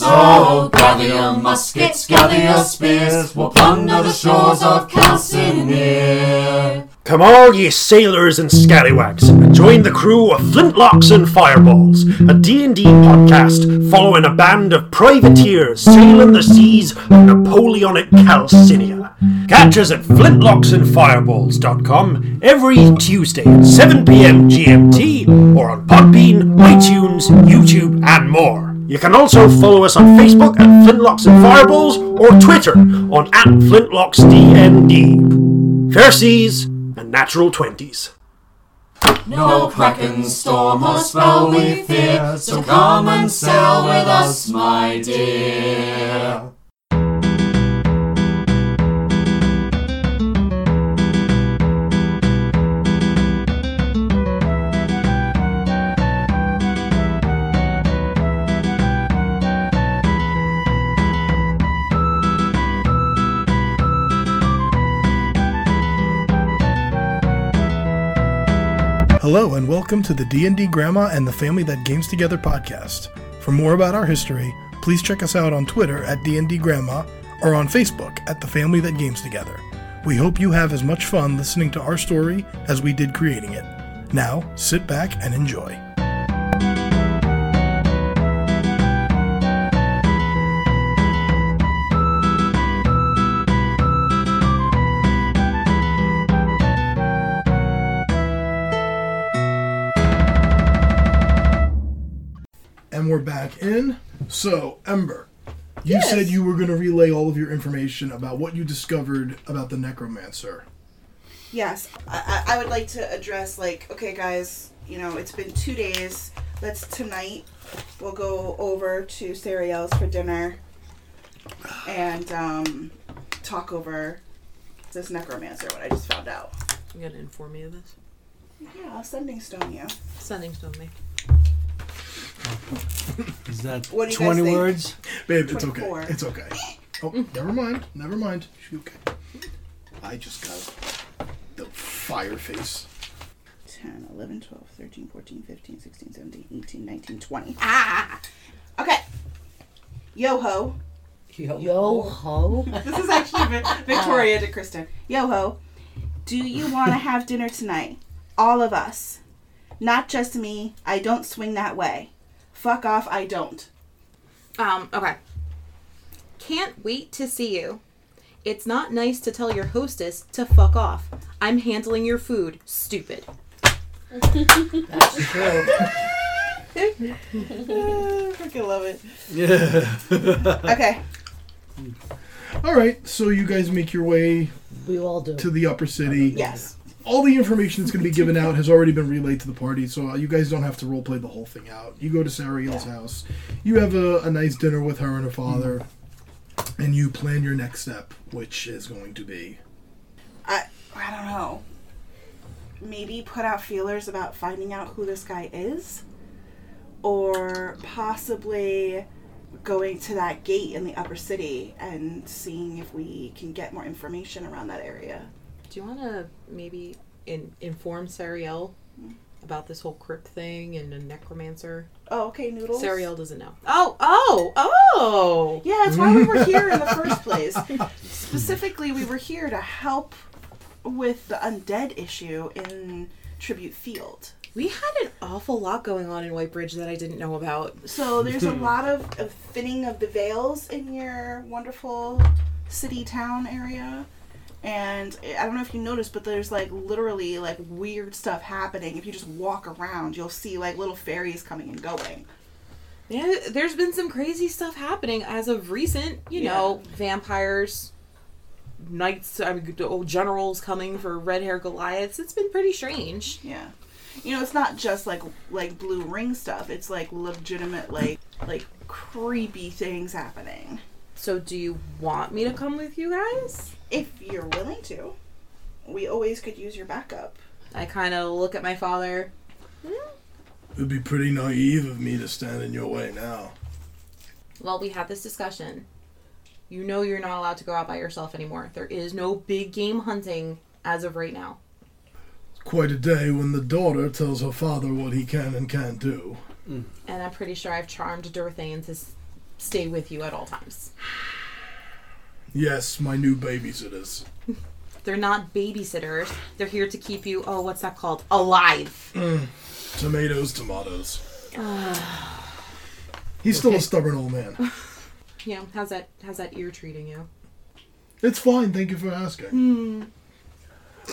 So gather your muskets, gather your spears, we'll plunder the shores of Calcinere. Come all ye sailors and scallywags, and join the crew of Flintlocks and Fireballs, a D&D podcast following a band of privateers sailing the seas of Napoleonic Calcinia. Catch us at flintlocksandfireballs.com every Tuesday at 7pm GMT, or on Podbean, iTunes, YouTube, and more. You can also follow us on Facebook at Flintlocks and Fireballs, or Twitter on at FlintlocksDND. Fair seas and natural 20s. No kraken, storm, or spell we fear, so come and sail with us, my dear. Hello and welcome to the D&D Grandma and the Family That Games Together podcast. For more about our history, please check us out on Twitter at D&D Grandma or on Facebook at The Family That Games Together. We hope you have as much fun listening to our story as we did creating it. Now, sit back and enjoy. And we're back in. So, Ember, you said you were going to relay all of your information about what you discovered about the necromancer. Yes, I, I I would like to address like, okay, guys, you know, it's been two days. Let's tonight we'll go over to Seriel's for dinner and um, talk over this necromancer. What I just found out. You gotta inform me of this. Yeah, I'll sending stone you. Sending stone me. Is that What do you guys 20 think? words? Babe, it's 24. okay. It's okay. Oh, never mind. Never mind. She okay. I just got the fire face. 10, 11, 12, 13, 14, 15, 16, 17, 18, 19, 20. Ah! Okay. Yo ho. Yo ho. This is actually Vi- Victoria to Kristen. Yo ho, do you want to have dinner tonight? All of us. Not just me. I don't swing that way. Fuck off, I don't. Um, okay. Can't wait to see you. It's not nice to tell your hostess to fuck off. I'm handling your food, stupid. I freaking love it. Yeah. Okay. All right, so you guys make your way We all do. to the upper city. Yes. All the information that's going to be given out has already been relayed to the party, so uh, you guys don't have to roleplay the whole thing out. You go to Sariel's house. You have a, a nice dinner with her and her father, and you plan your next step, which is going to be I I don't know. Maybe put out feelers about finding out who this guy is, or possibly going to that gate in the upper city and seeing if we can get more information around that area. Do you wanna maybe in- inform Sariel about this whole crypt thing and the necromancer? Oh, okay, noodles. Sariel doesn't know. Oh, oh, oh! Yeah, that's why we were here in the first place. Specifically, we were here to help with the undead issue in Tribute Field. We had an awful lot going on in White Bridge that I didn't know about. So there's a lot of, of thinning of the veils in your wonderful city town area. And I don't know if you noticed, but there's like literally like weird stuff happening. If you just walk around, you'll see like little fairies coming and going. Yeah, there's been some crazy stuff happening as of recent. You know, vampires, knights, I mean, oh, generals coming for red hair Goliaths. It's been pretty strange. Yeah. You know, it's not just like like blue ring stuff. It's like legitimate like like creepy things happening. So, do you want me to come with you guys? If you're willing to, we always could use your backup. I kind of look at my father. It would be pretty naive of me to stand in your way now. Well, we had this discussion. You know, you're not allowed to go out by yourself anymore. There is no big game hunting as of right now. Quite a day when the daughter tells her father what he can and can't do. And I'm pretty sure I've charmed Dorothy into s- stay with you at all times. Yes, my new babysitters. They're not babysitters. They're here to keep you, oh, what's that called? Alive. Tomatoes, tomatoes. He's still a stubborn old man. You know, how's that how's that ear treating you? It's fine. Thank you for asking.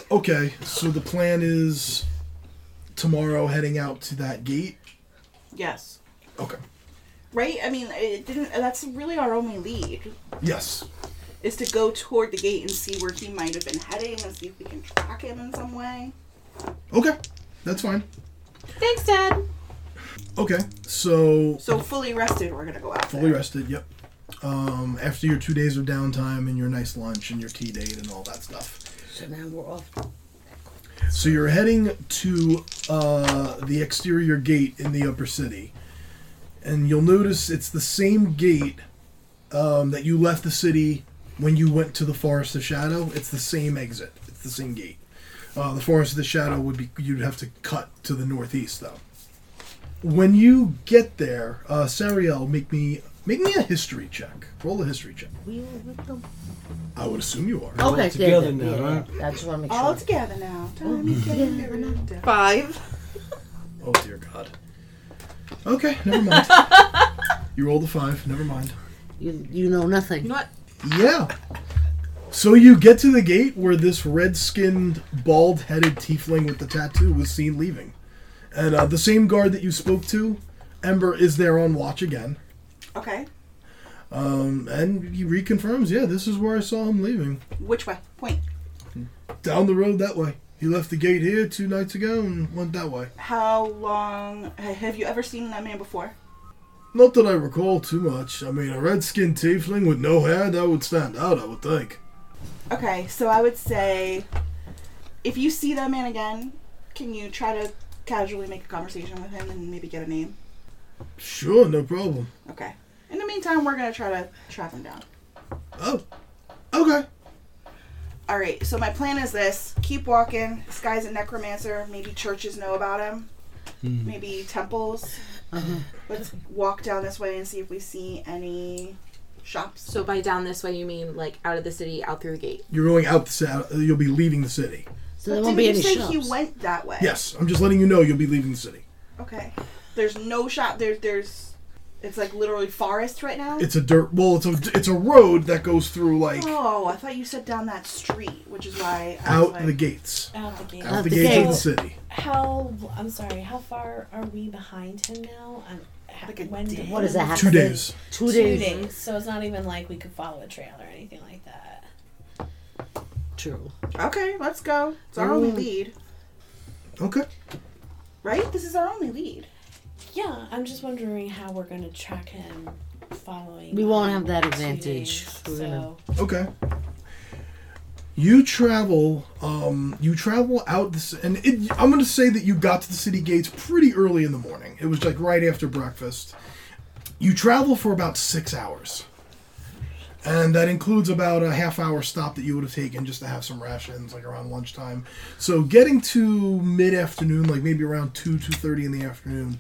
Okay, so the plan is tomorrow heading out to that gate. Yes. Okay. Right? I mean, it didn't. That's really our only lead Yes. is to go toward the gate and see where he might have been heading and see if we can track him in some way. Okay. That's fine. Thanks, Dad. Okay. So So fully rested, we're gonna go out. fully there. rested. Yep. Um, after your two days of downtime and your nice lunch and your tea date and all that stuff. So now we're off. So you're heading to uh, the exterior gate in the upper city, and you'll notice it's the same gate um, that you left the city when you went to the Forest of Shadow. It's the same exit. It's the same gate. Uh, the Forest of the Shadow would be you'd have to cut to the northeast though. When you get there, uh, Sariel, make me make me a history check. Roll a history check. We were with them. Oh. I would assume you are. Okay, together good, now, yeah, right? yeah. That's what I'm sure. All together now. Time is getting there. Five. Oh dear God. Okay, never mind. you rolled a five. Never mind. you, you know nothing. You know what? Yeah. So you get to the gate where this red-skinned, bald-headed tiefling with the tattoo was seen leaving, and uh, the same guard that you spoke to, Ember, is there on watch again, Okay. um, and he reconfirms, yeah, this is where I saw him leaving. Which way? Point. Down the road that way. He left the gate here two nights ago and went that way. How long have you ever seen that man before? Not that I recall too much. I mean, a red-skinned tiefling with no hair that would stand out, I would think. Okay, so I would say if you see that man again, can you try to casually make a conversation with him and maybe get a name? Sure, no problem. Okay. In the meantime, we're gonna try to track him down. Oh, okay. All right. So my plan is this: keep walking. This guy's a necromancer. Maybe churches know about him. Hmm. Maybe temples. Uh-huh. Let's walk down this way and see if we see any shops. So by down this way you mean like out of the city, out through the gate. You're going out the sa- You'll be leaving the city. So there But won't didn't be you any say shops. he went that way? Yes, I'm just letting you know you'll be leaving the city. Okay. There's no shop. There's there's. It's like literally forest right now. It's a dirt. Well, it's a it's a road that goes through like oh, I thought you said down that street, which is why I was out like, the gates, Out the gate. out the the gates of the gates. city. How I'm sorry. How far are we behind him now? I'm, ha- Like a when day. did- What does that have Two to do? days. Two Two days. days. So it's not even like we could follow a trail or anything like that. True. Okay, let's go. It's our only lead, Okay. right? This is our only lead. Yeah, I'm just wondering how we're gonna track him following. We won't him have that two advantage. days, We're so gonna- Okay. You travel. Um, you travel out this, and it, I'm going to say that you got to the city gates pretty early in the morning. It was like right after breakfast. You travel for about six hours, and that includes about a half hour stop that you would have taken just to have some rations, like around lunchtime. So getting to mid afternoon, like maybe around two two thirty in the afternoon,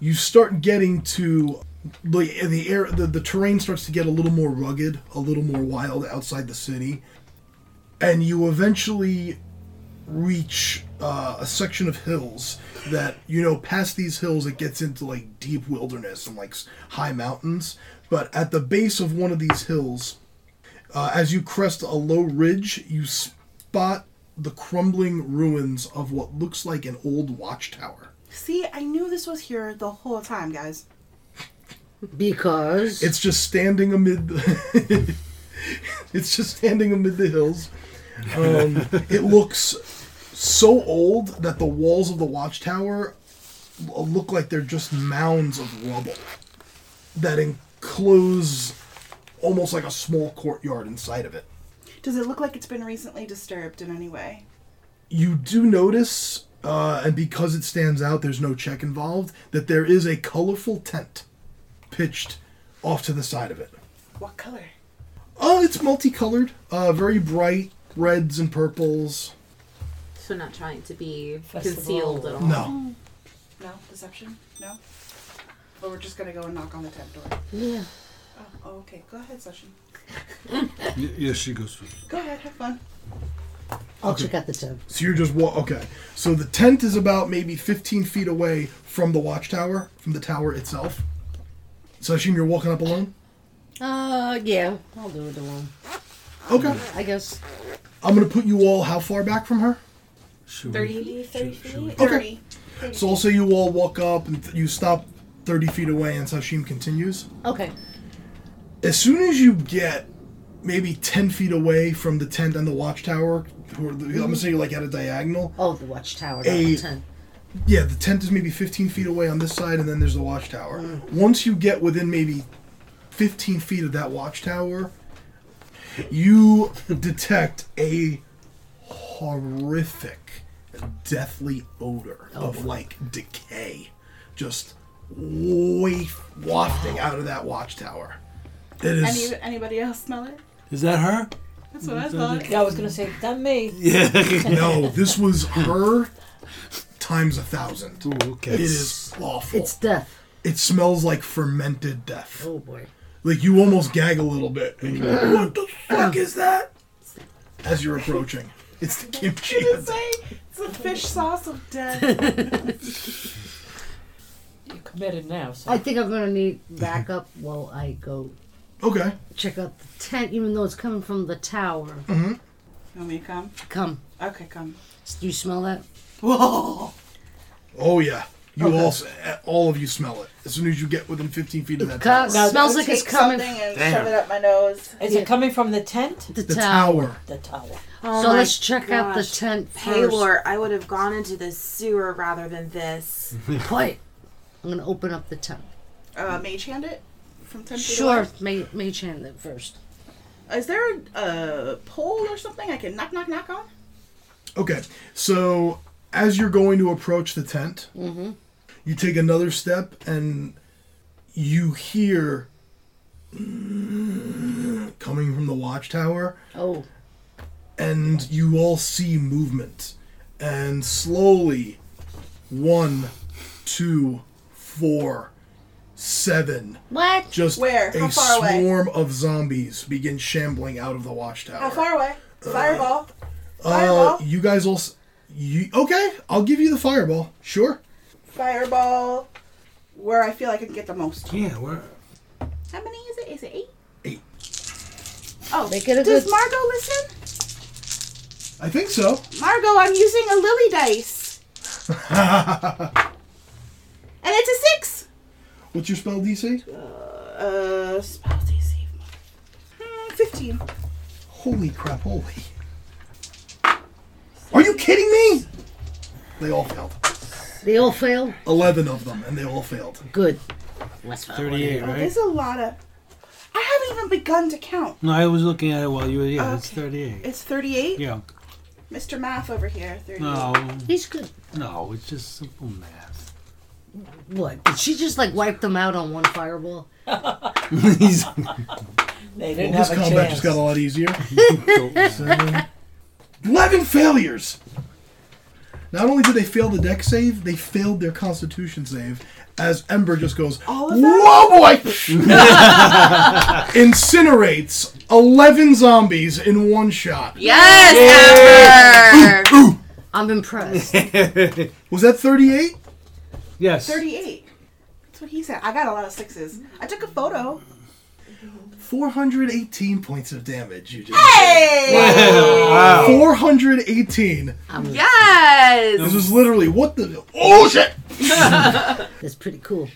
you start getting to like in the air the, the terrain starts to get a little more rugged a little more wild outside the city and you eventually reach uh, a section of hills that you know past these hills it gets into like deep wilderness and like s- high mountains but at the base of one of these hills uh, as you crest a low ridge you spot the crumbling ruins of what looks like an old watchtower See, I knew this was here the whole time, guys. Because It's just standing amid. The it's just standing amid the hills. Um, it looks so old that the walls of the watchtower l- look like they're just mounds of rubble that enclose almost like a small courtyard inside of it. Does it look like it's been recently disturbed in any way? You do notice, uh, and because it stands out, there's no check involved, that there is a colorful tent pitched off to the side of it. What color? Oh, it's multicolored. Uh, very bright reds and purples. So not trying to be Festival. concealed at all. No. No deception. No. But we're just gonna go and knock on the tent door. Yeah. Oh, oh okay. Go ahead, Session. Y- yes, she goes first. Go ahead, have fun. I'll check out the tub. So you're just wa- okay. So the tent is about maybe 15 feet away from the watchtower, from the tower itself. So I assume you're walking up alone. Uh, yeah. I'll do it alone. Okay. I guess. I'm gonna put you all how far back from her? Should we- 30 Maybe 30 feet? Thirty. So I'll say you all walk up and th- you stop 30 feet away, and Sashim continues. Okay. As soon as you get maybe 10 feet away from the tent and the watchtower, or the, I'm gonna say you're like at a diagonal. Oh, the watchtower. A- Hey. Ten. Yeah, the tent is maybe 15 feet away on this side, and then there's the watchtower. Once you get within maybe 15 feet of that watchtower, you detect a horrific, deathly odor of like decay just wa- wafting out of that watchtower. It is. Any, anybody else smell it? Is that her? That's what I thought. Yeah, I was gonna say that me. Yeah. no, this was her times a thousand. Ooh, It okay. is awful. It's death. it smells like fermented death. Oh boy. Like you almost gag a little bit. And you're like, what the fuck is that? As you're approaching, it's the kimchi. Did it say it's a fish sauce of death? You committed now, so I think I'm gonna need Mm-hmm. backup while I go Okay. check out the tent, even though it's coming from the tower. you want me to come? Come. Okay, come. Do you smell that? Whoa! Oh yeah. You all, s- all of you smell it as soon as you get within 15 feet of that Cause tower. Now, smells like it's Take coming something from and Damn. shove it up my nose. is Yeah. it coming from the tent? the, The tower. tower. The tower. So let's check out the Oh gosh. tent Oh first. Paylor, I would have gone into the sewer rather than this. Quiet. I'm gonna open up the tent. Uh, mage hand it from ten feet away. Sure, may may hand it first. Is there a uh, pole or something I can knock, knock, knock on? Okay. So as you're going to approach the tent, you take another step and you hear coming from the watchtower. Oh, and you all see movement. And slowly, one, two, four, seven. what? Just Where? How a far away? swarm of zombies begin shambling out of the watchtower. How far Uh, away? Fireball. Uh, Fireball. you guys all. s- You, okay, I'll give you the fireball. Sure. Fireball. Where I feel I can get the most. Yeah, where? How many is it? Is it eight? Eight. Oh, Make it a does good- Margot listen? I think so. Margot, I'm using a lily dice, and it's a six. What's your spell DC? Uh, spell DC. Hmm, Fifteen. Holy crap, holy. Are you kidding me? They all failed. They all fail. 11 of them, and they all failed. Good. Let's find one. 38, right? There's a lot of. I haven't even begun to count. No, I was looking at it while you were. Yeah, it's Okay. 38. It's thirty-eight. Yeah. Mr. Math over here. Thirty-eight. No, He's good. no, it's just simple math. What? Did she just like wipe them out on one fireball? He's- They didn't This have a combat chance. just got a lot easier. Seven. Eleven failures. Not only did they fail the deck save, they failed their Constitution save. As Ember just goes, All of them? "Whoa, boy!" incinerates eleven zombies in one shot. Yes, Amber! I'm impressed. Was that thirty-eight? yes. 38. That's what he said. I got a lot of sixes. I took a photo. Four hundred eighteen points of damage. You just Hey! four hundred eighteen. Yes! This is literally what the oh shit. That's pretty cool.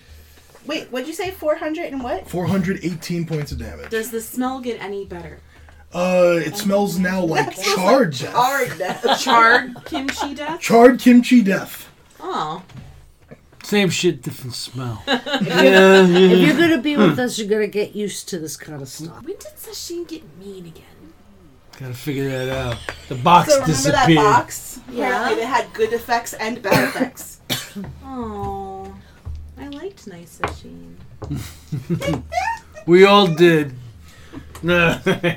Wait, what'd you say? 400 and what? Four hundred eighteen points of damage. Does the smell get any better? Uh, it smells now like charred death. Hard. Charred kimchi death? Charred kimchi death. Oh. Same shit, different smell. yeah, yeah. If you're gonna be with us, you're gonna get used to this kind of stuff. When did Sashin get mean again? Gotta figure that out. The box So remember that disappeared. box? Yeah. Apparently it had good effects and bad effects. Oh. I liked nice Sashin. We all did.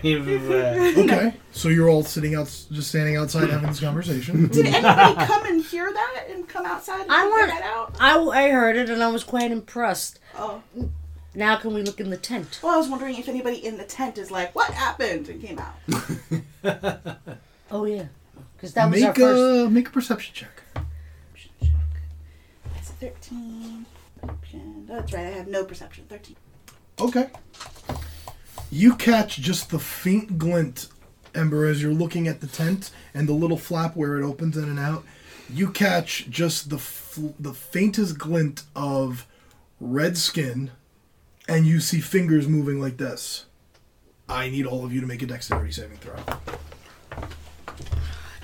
No. Okay. So you're all sitting out, just standing outside having this conversation. Did anybody come and hear that and come outside and I figure want- that out? I, I heard it and I was quite impressed. Oh. Now can we look in the tent? Well, I was wondering if anybody in the tent is like, what happened? And came out. Oh yeah, because that was make our first. a make a perception check. That's a 13. Perception. That's right, I have no perception. 13. Okay. You catch just the faint glint, Ember, as you're looking at the tent and the little flap where it opens in and out. You catch just the fl- the faintest glint of red skin, and you see fingers moving like this. I need all of you to make a dexterity saving throw.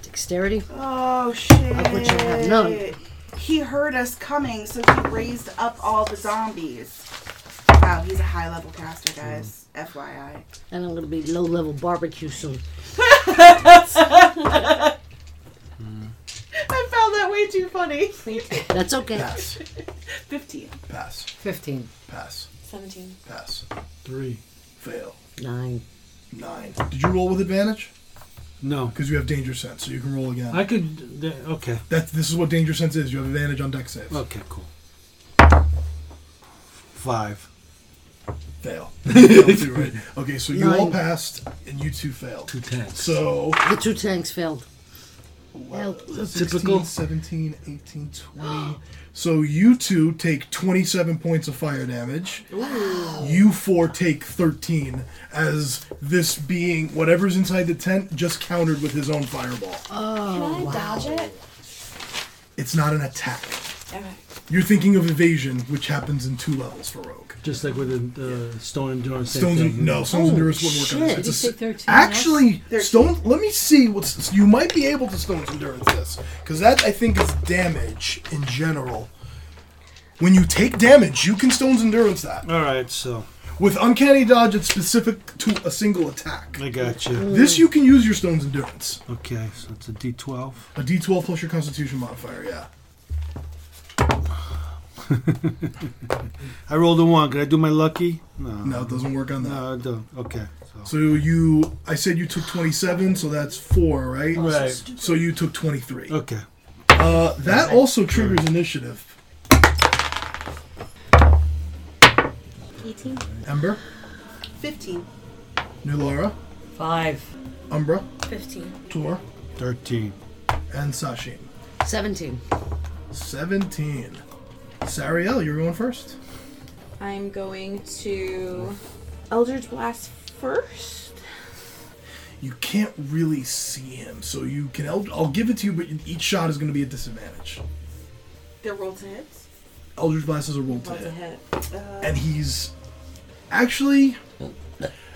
Dexterity. Oh, shit. would you have known? He heard us coming, so he raised up all the zombies. Wow, he's a high level caster, guys. FYI. And I'm gonna be low level barbecue soon. I found that way too funny. That's okay. Pass. 15. Pass. Fifteen. Pass. 17. Pass. Three. Fail. Nine. Nine. Did you roll with advantage? No. Because you have danger sense, so you can roll again. I could. th- Okay. That's this is what danger sense is. You have advantage on dex saves. Okay, cool. Five. Fail. Fail too, right? Okay, so you all Nine. passed and you two failed. Two tens. So The two tanks failed. Help. 16, Typical. 17, 18, 20. so you two take 27 points of fire damage. You four take 13 as this being whatever's inside the tent just countered with his own fireball. Can I dodge it? It's not an attack. Okay. You're thinking of evasion, which happens in two levels for rogue. Just like with the uh, stone endurance. same Stones thing. and, no, Stones and Oh, Durus wouldn't work on shit. this. It's a Did s- he say 13 actually, Thirteen. Stone. Let me see what's you might be able to Stones Endurance this because that I think is damage in general. When you take damage, you can Stones Endurance that All right, so with Uncanny Dodge. It's specific to a single attack. I got you. This you can use your Stones Endurance. Okay, so it's a D12. A D12 plus your Constitution modifier. Yeah. I rolled a one. Could I do my lucky? No. No, it doesn't work on that. No, I don't. Okay. So. So you, I said you took 27, so that's four, right? Right. So you took 23. Okay. Uh, that also triggers initiative. 18. Ember, 15. New Laura, Five. Umbra, 15. Tor, 13. and Sashin. Seventeen. 17. Sariel, you're going first. I'm going to Eldritch Blast first. You can't really see him, so you can. Eld- I'll give it to you, but each shot is going to be a disadvantage. They're roll to hits. Eldritch Blast is a roll to hit. hit. Uh, And he's. Actually.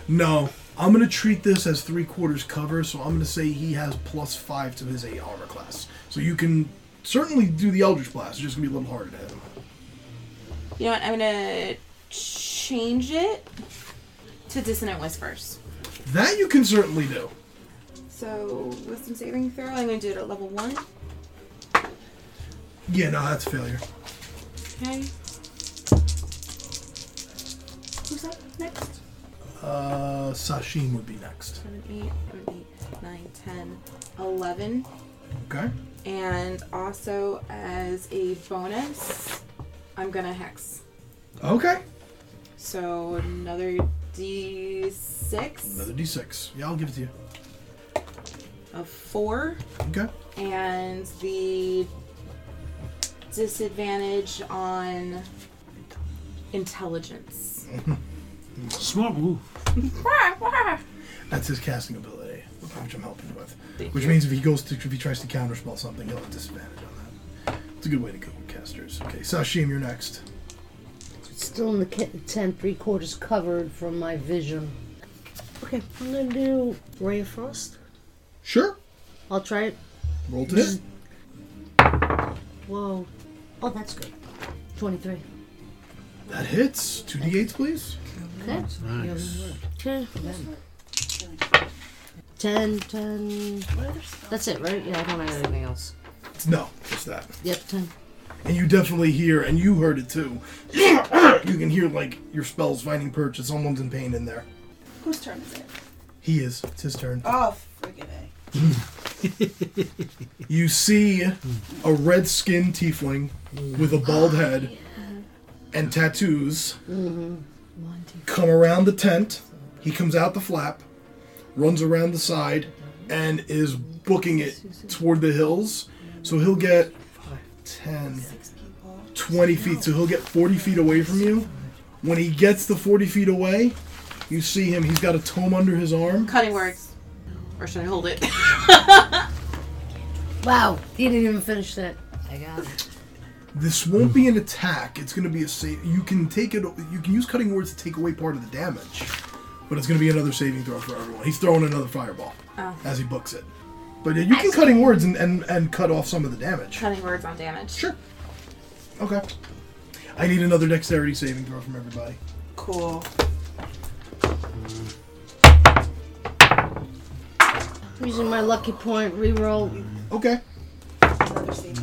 No. I'm going to treat this as three quarters cover, so I'm going to say he has plus five to his eight armor class. So you can certainly do the Eldritch Blast, it's just going to be a little harder to hit him. You know what? I'm gonna change it to Dissonant Whispers. That you can certainly do. So Wisdom saving throw. I'm gonna do it at level one. Yeah, no, that's a failure. Okay. Who's up next? Uh, Sashin would be next. Seven, eight, seven, eight, nine, ten, eleven. Okay. And also as a bonus, I'm gonna hex. Okay. So another D6 Another d6. Yeah, I'll give it to you. of four, Okay. and the disadvantage on intelligence. Smart move. That's his casting ability, which I'm helping with. Which means if he goes to, if he tries to counterspell something, he'll have disadvantage on that. It's a good way to go with casters. Okay, Sashim, you're next. Still in the ki- tent, three quarters covered from my vision. Okay, I'm gonna do ray of frost. Sure. I'll try it. Roll to hit. Whoa. Oh, that's good. Twenty-three. That hits. Two d8s, please. Okay. Nice. Okay. Ten, ten. That's it, right? Yeah, I don't have anything else. No, just that. Yep, ten. And you definitely hear, and you heard it too. you can hear like your spells finding perch, and someone's in pain in there. Whose turn is it? He is. It's his turn. Oh, friggin' A. You see a red skinned tiefling with a bald head and tattoos come around the tent. He comes out the flap, runs around the side, and is booking it toward the hills. So he'll get 10, 20 feet. So he'll get 40 feet away from you. When he gets the 40 feet away, you see him. He's got a tome under his arm. Cutting words. Or should I hold it? Wow, he didn't even finish that. I got it. This won't be an attack. It's going to be a save. You can take it. You can use cutting words to take away part of the damage, but it's going to be another saving throw for everyone. He's throwing another fireball as he books it. But yeah, you can cutting words and, and, and cut off some of the damage. Cutting words on damage. Sure. Okay. I need another dexterity saving throw from everybody. Cool. Using my lucky point, reroll. Okay. Another saving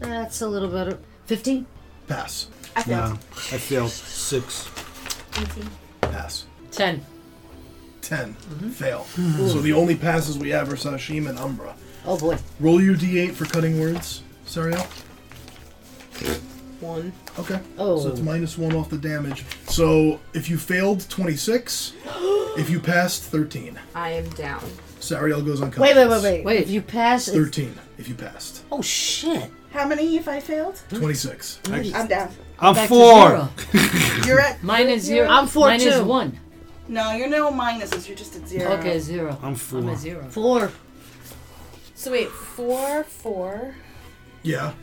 throw. That's a little better. 15? Pass. No, I failed six. Pass. Ten. 10 Fail. So the only passes we have are Sashim and Umbra. Oh boy. Roll your d8 for cutting words, Sariel. One. Okay. Oh. So it's minus one off the damage. So if you failed, 26. if you passed, 13. I am down. Sariel goes unconscious. Wait, wait, wait, wait. Wait. If you pass, it's- 13 if you passed. oh shit. How many if I failed? 26. I'm down. I'm Back to four. zero. You're at. Mine is zero. I'm four, Mine is too. one. No, you're no minuses. You're just at zero. Okay, zero. I'm I'm four. a zero. Four. So wait, four, four. Yeah.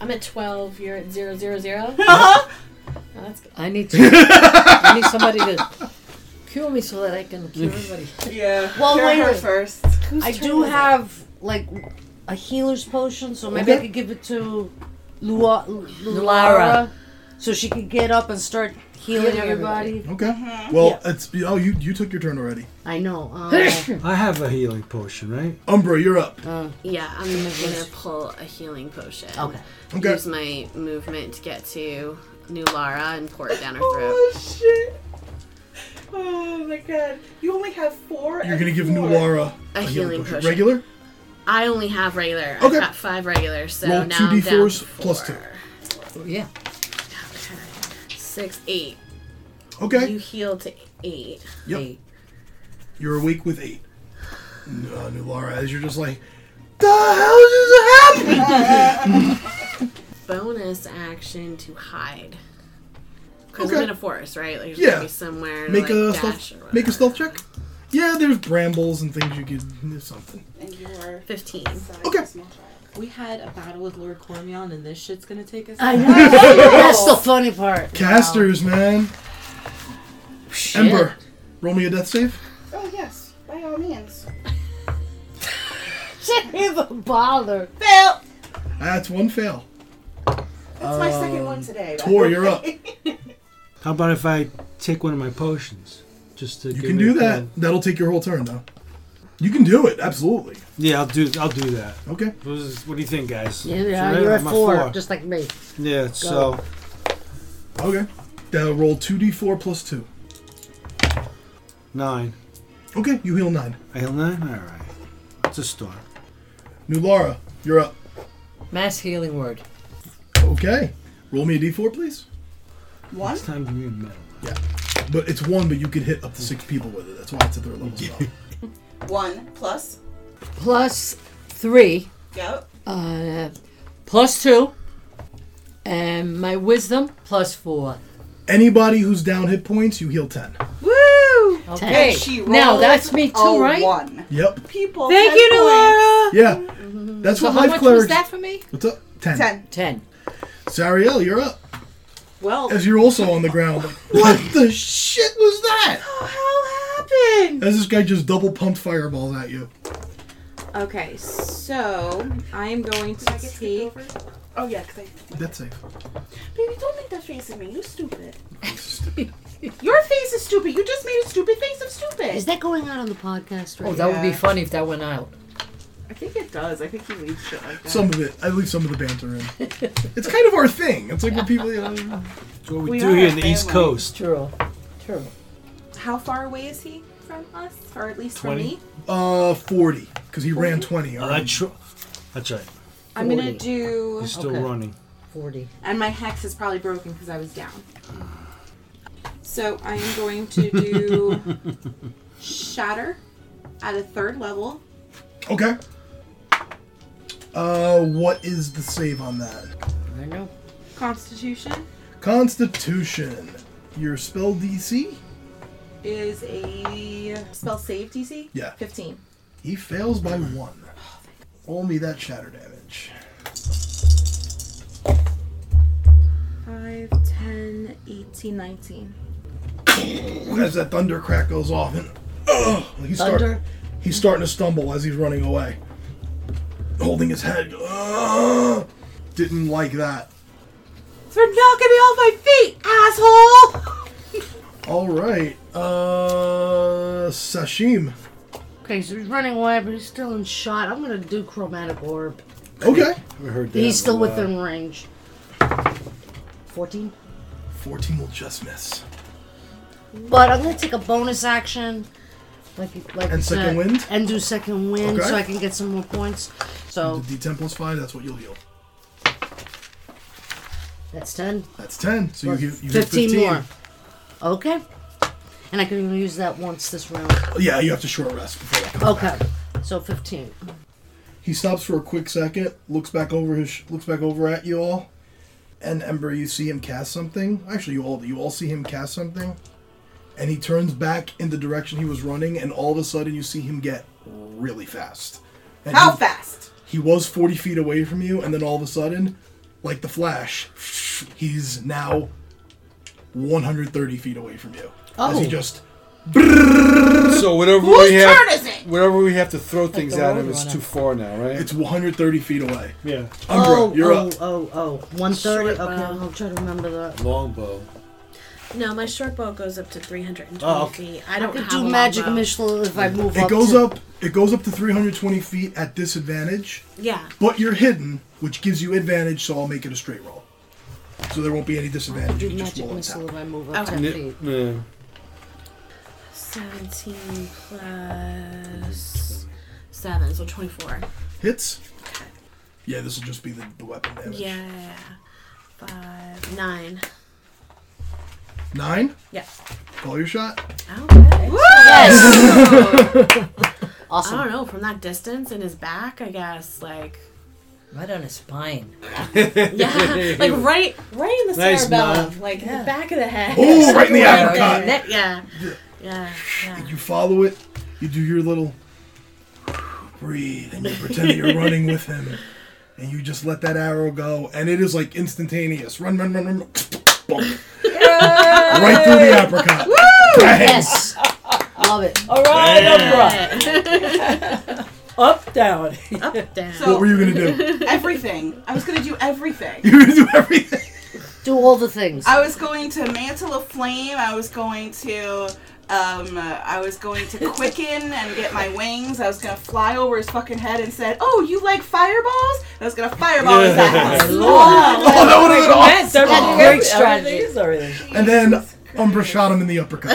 I'm at twelve. You're at zero, zero, zero. No, that's good. I need to. I need somebody to cure me so that I can cure everybody. Yeah. Well, Cure wait, her wait. first. Whose I turn do is it? have like a healer's potion, so maybe I Okay. could give it to Lua- Lulara, Lulara. so she could get up and start healing Healing everybody. everybody. Okay. Well, it's oh you you took your turn already. I know. Um, I have a healing potion, right? Umbra, you're up. Yeah, I'm gonna pull a healing potion. okay. Okay. Use my movement to get to New Lara and pour it down her throat. Oh shit. Oh my god. You only have four. You're and gonna give four. New Lara A healing potion. Regular? I only have regular. Okay. I've got five regular, so Roll now two I'm down D4s to plus two. four. Yeah. Six, eight. You Okay. heal to eight. Yep. Eight. You're awake with eight. No, New Lara, as you're just like, the hell just happened? Bonus action to hide. Because Okay. I'm in a forest, right? Like, there's Yeah. gonna be somewhere. to, Make like, a dash or stealth, make a whatever. stealth check. Yeah, there's brambles and things you could do something. And you are. Fifteen. Okay. We had a battle with Lord Cormion, and this shit's gonna take us. I know. That's the funny part. Casters, man. Shit. Ember, roll me a death save. Oh yes. By all means. Shit, even bother. Fail. That's one fail. That's my second one today. Tor, you're up. How about if I take one of my potions? Just to You give can it do a that. go? That'll take your whole turn, though. You can do it, absolutely. Yeah, I'll do. I'll do that. Okay. What, is, what do you think, guys? Yeah, Sure, you're at I'm four, just like me. yeah. So Okay. Now roll 2d4 plus 2. nine. Okay, you heal 9. I heal nine. All right. It's a storm. New Lara, you're up. Mass healing word. Okay. Roll me a d4, please. One. It's time to be a metal. But it's 1, but you could hit up to 6 people with it. That's why it's a third level spell. One plus. Plus three. Yep. Uh, plus two. And my wisdom plus four. Anybody who's down hit points, you heal 10. Woo! Okay. And she now rolled that's me too, oh, a right? One. Yep. People. Thank ten you, points. Nulara. Yeah. That's So what how life much was clerics. that for me? What's up? 10. Ten. Ten. Sariel, you're up. Well, As you're also on the ground. like, what the shit was that? Oh, what happened? As this guy just double pumped fireballs at you. Okay, so I am going to take. Oh yeah, 'cause That's safe. I. Baby, don't make that face at me. You stupid. Your face is stupid. You just made a stupid face of stupid. Is that going out on the podcast? Right Oh, that would be Yeah. funny if that went out. I think it does. I think he leaves shit like that. Some of it. I leave some of the banter in. It's kind of our thing. It's like when people, you know, That's what we, We do are here a in the East family. Coast. True. True. How far away is he from us, or at least from 20? me? Uh, 40, because he ran 20. Uh, already. that's, tr- that's right. I'm gonna do. He's still running. 40. And my hex is probably broken because I was down. So I am going to do shatter at a third level. Okay. Uh, what is the save on that? I know. Constitution Constitution. Your spell DC? is a spell save DC. Yeah. Fifteen. He fails by one. Roll me that shatter damage. 5, 10, 18, 19. As that thunder crack goes off, and ugh, he's, start- Thunder. he's starting to stumble as he's running away, holding his head. Ugh. didn't like that. It's for knocking me off my feet, asshole! All right. Uh, Sashim. Okay, so he's running away, but he's still in shot. I'm gonna do chromatic orb. Okay. I heard that. he's still in a while. within range. 14. 14 will just miss. But I'm gonna take a bonus action, like you- like And you second said, wind? and do second wind, Okay. Mm-hmm. so I can get some more points. So The D10 plus 5, that's what you'll heal. that's 10. That's 10. So you, heal, you heal 15, 15. more. Okay. And I can only use that once this round. Yeah, you have to short rest before that comes Okay. So 15. He stops for a quick second, looks back over his, looks back over at you all, and Ember, you see him cast something. Actually, you all, you all see him cast something, and he turns back in the direction he was running, and all of a sudden you see him get really fast. And How he, fast? He was forty feet away from you, and then all of a sudden, like the flash, he's now one hundred thirty feet away from you. As he Oh. just So whatever Whose we have, turn is it? whatever we have to throw things the at road him, it's runner. too far now, right? it's one hundred thirty feet away. Yeah. Umbra, you're oh, up. oh, oh, 130. Short okay, bow. I'll try to remember that. Longbow. No, my short bow goes up to 320 Oh, feet. I don't I could have do a long magic bow. missile if I move It up. goes to- up. It goes up to 320 feet at disadvantage, Yeah. but you're hidden, which gives you advantage. So I'll make it a straight roll. So there won't be any I could disadvantage. do You just magic roll missile attack. if I move up Okay. 10 feet. Yeah. 17 plus 7, so 24. Hits. Yeah, this will just be the, the weapon damage. Yeah. 5, 9. Nine. Yeah. Call your shot. Okay. I Awesome. don't know, from that distance in his back, I guess, like. Right on his spine. Yeah, like right, right in the Nice, cerebellum, Ma. like Yeah. the back of the head. Oh, right in the Right apricot. there. Yeah, yeah, yeah. You follow it. You do your little breathe, and you pretend that you're running with him, and you just let that arrow go, and it is like instantaneous. Run, run, run, run. run. Boom. Right through the apricot. Bang. Yes. Love it. All right, Up, down. Up, down. What So were you gonna do? everything. I was gonna do everything. You were gonna do everything. Do all the things. I was going to mantle of flame. I was going to. Um, uh, I was going to quicken and get my wings. I was gonna fly over his fucking head and said, "Oh, you like fireballs?" And I was gonna fireball his ass. Oh, that would have been awesome. That's a great strategy. And then Umbra shot Um, him in the uppercut.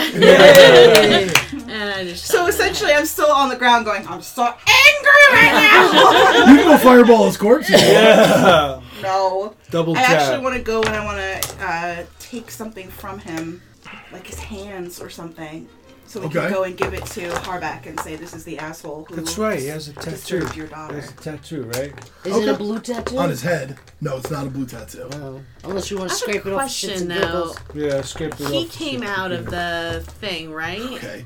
And I just So essentially, I'm still on the ground going, "I'm so angry right You can go fireball his corpse. if you want. Yeah. now." no, Double I tap. actually want to go and I want to uh, take something from him, like his hands or something, so we Okay. can go and give it to Harback and say, "This is the asshole who." That's right. He has a tattoo. disturbed your He daughter. has a tattoo, right? Is it Okay. a blue tattoo? Oh. On his head. No, it's not a blue tattoo. No. Unless you want I to have a scrape it off. shits question, and giggles. Yeah, scraped it He off. came out of the thing, right? Okay.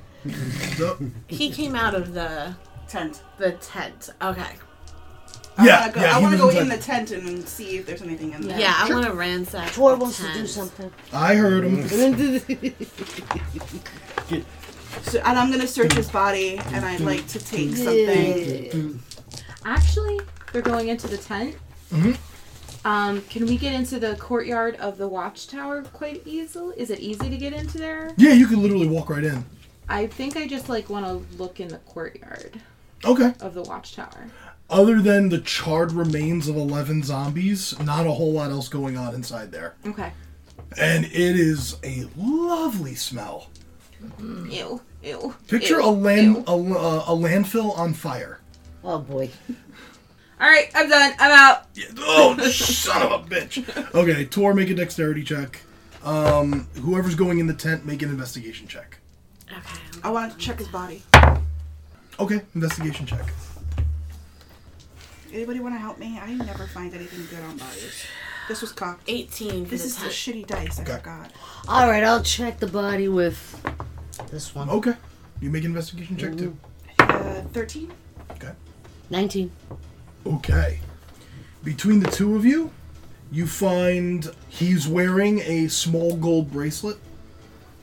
So- He came out of the tent. the tent. Okay. I yeah, wanna go, yeah, I he want to was go inside. in the tent and see if there's anything in there. Yeah, I want to ransack. Tor the wants to do tent. something. I heard him. So, and I'm gonna search his body, and I'd like to take something. Actually, they're going into the tent. Mm-hmm. Um, can we get into the courtyard of the watchtower quite easily? Is it easy to get into there? Yeah, you could literally walk right in. I think I just like want to look in the courtyard Okay. of the watchtower. Other than the charred remains of 11 zombies, not a whole lot else going on inside there. Okay. And it is a lovely smell. Ew. Ew. Picture ew. a land a, uh, a landfill on fire. Oh boy. All right, I'm done. I'm out. Oh, son of a bitch. Okay, Tor, make a dexterity check. Um, whoever's going in the tent, make an investigation check. I want to check his body. Okay, investigation check. Anybody want to help me? I never find anything good on bodies. This was cocked. 18. This is the shitty dice. I forgot. All right, I'll check the body with this one. Okay. You make an investigation check too. Uh, 13? Okay. 19. Okay. Between the two of you, you find he's wearing a small gold bracelet.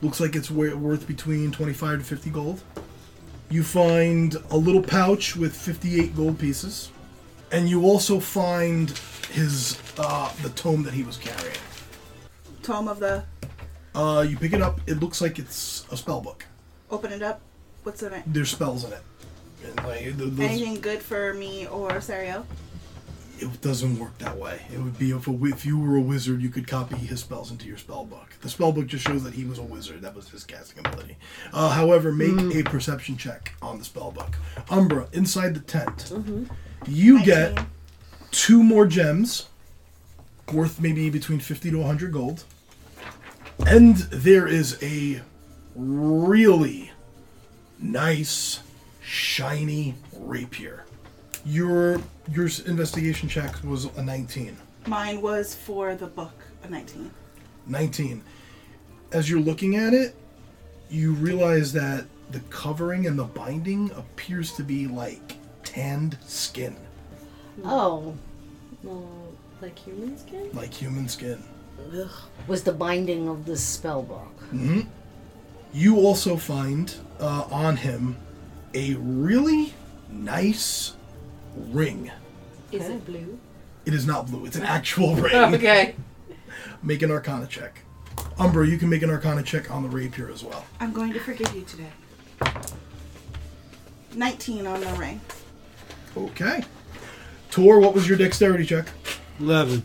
Looks like it's wor- worth between 25 to 50 gold. You find a little pouch with 58 gold pieces. And you also find his uh, the tome that he was carrying. Tome of the. Uh, you pick it up. It looks like it's a spell book. Open it up. What's in it? There's spells in it. And, like, th- those- Anything good for me or Sario? it doesn't work that way. It would be if, a, wi- if you were a wizard, you could copy his spells into your spell book. The spell book just shows that he was a wizard. That was his casting ability. Uh, however, make a perception check on the spell book. Umbra, inside the tent, you get two more gems worth maybe between 50 to 100 gold. And there is a really nice, shiny rapier. Your your investigation check was a 19. Mine was for the book, a 19. 19. As you're looking at it, you realize that the covering and the binding appears to be like tanned skin, Oh. like human skin? like human skin. Was the binding of the spell book. hmm You also find uh, on him a really nice ring. Is it blue? It is not blue. It's an actual ring. okay. Make an Arcana check. Umbra, you can make an Arcana check on the rapier as well. I'm going to forgive you today. 19 on the ring. Okay. Tor, what was your dexterity check? 11.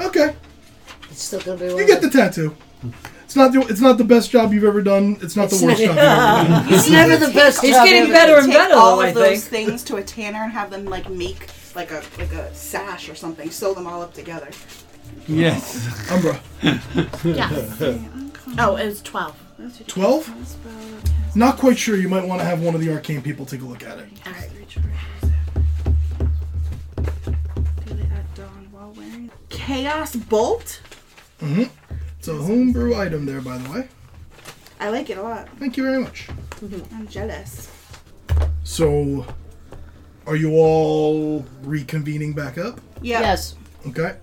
Okay. It's still gonna be You get the tattoo. It's not the it's not the best job you've ever done. It's not the worst job you've ever done. It's never the best Take job all- ever. better and take better, All though, I of those think. things to a tanner and have them like make like a like a sash or something. Sew them all up together. Yes. Umbra. Oh, it was 12. 12? Not quite sure. You might want to have one of the arcane people take a look at it. Did it at dawn while wearing chaos bolt. Mm-hmm. It's a homebrew item there, by the way. I like it a lot. Thank you very much. I'm jealous. So, are you all reconvening back up? Yeah. Yes. Okay.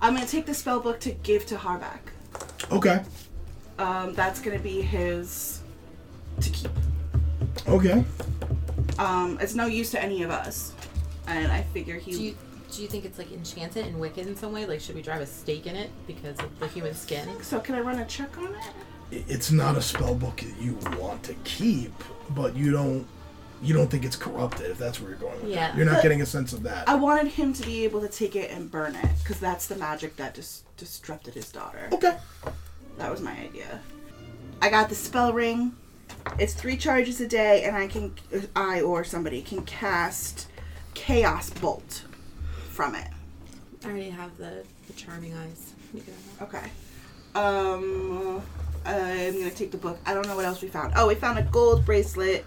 I'm gonna take the spell book to give to Harback. Okay. Um, that's gonna be his to keep. Okay. Um, it's no use to any of us, and I figure he. Do you, do you think it's like enchanted and wicked in some way? Like, should we drive a stake in it because of the human skin? so can I run a check on it? I- It's not a spell book that you want to keep, but you don't you don't think it's corrupted. If that's where you're going with it. Yeah. you're not But- getting a sense of that. I wanted him to be able to take it and burn it because that's the magic that dis- disrupted his daughter. Okay. That was my idea. I got the spell ring. It's three charges a day, and I can, I or somebody can cast Chaos Bolt from it. I already have the, the charming eyes. You can have Okay. Um, I'm gonna take the book. I don't know what else we found. Oh, we found a gold bracelet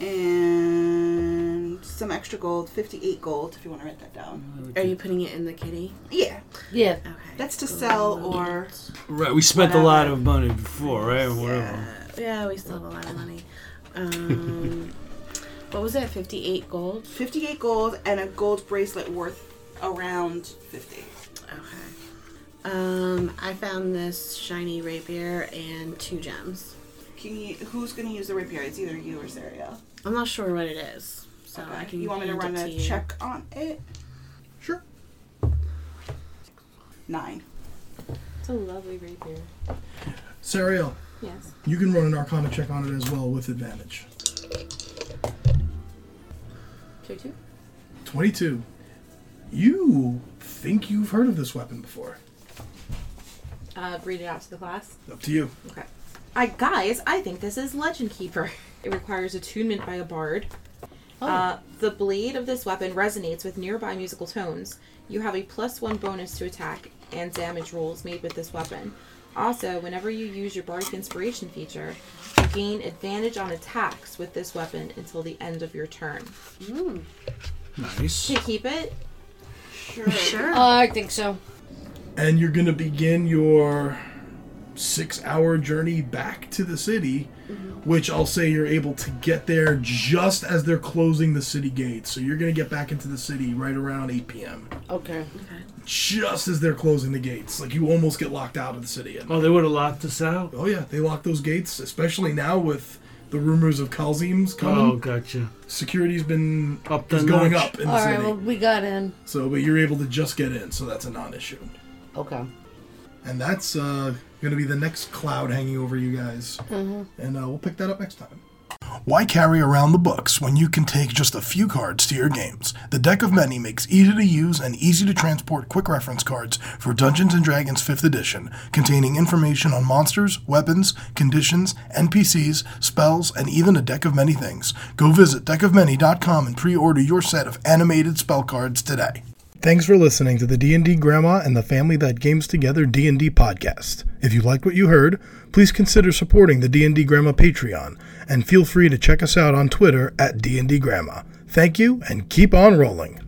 and some extra gold, 58 gold, if you want to write that down. Are you putting it in the kitty? Yeah. Yeah. Okay. That's to sell or. Right, we spent a lot of money before, right? Or whatever. Yeah, we still have a lot of money. Um, what was it? 58 gold? 58 gold and a gold bracelet worth around 50. Okay. Um, I found this shiny rapier and two gems. Can you, who's gonna use the rapier? It's either you or Saria. I'm not sure what it is, so Oh, I Okay. can. You want me to hand run it a to you. check on it? Sure. Nine. It's a lovely rapier. Sariel, Yes. you can run an Arcana check on it as well with advantage. Two, two. 22. You think you've heard of this weapon before. Uh, read it out to the class. Up to you. Okay. I guys, I think this is Legend Keeper. It requires attunement by a bard. Oh. Uh, the blade of this weapon resonates with nearby musical tones. You have a plus one bonus to attack and damage rolls made with this weapon. Also, whenever you use your bardic inspiration feature, you gain advantage on attacks with this weapon until the end of your turn. Nice. To keep it, Sure. Uh, Oh, I think so. And you're going to begin your six hour journey back to the city, Mm-hmm. which I'll say you're able to get there just as they're closing the city gates. So you're going to get back into the city right around 8 p.m. Okay. Just as they're closing the gates. Like you almost get locked out of the city. Oh, they would have locked us out. Oh, yeah. They lock those gates, especially now with the rumors of Kalzim's coming. Oh, gotcha. Security's been up the is going notch. up in the All city. right. Well, we got in. So, but you're able to just get in, so that's a non-issue. Okay. And that's uh, going to be the next cloud hanging over you guys, and uh, we'll pick that up next time. Why carry around the books when you can take just a few cards to your games? The Deck of Many makes easy to use and easy to transport quick reference cards for Dungeons and Dragons 5th edition, containing information on monsters, weapons, conditions, NPCs, spells, and even a deck of many things. Go visit deckofmany.com and pre-order your set of animated spell cards today. Thanks for listening to the D&D Grandma and the Family That Games Together D&D podcast. If you liked what you heard, please consider supporting the D&D Grandma Patreon and feel free to check us out on Twitter at D&D Grandma. Thank you and keep on rolling.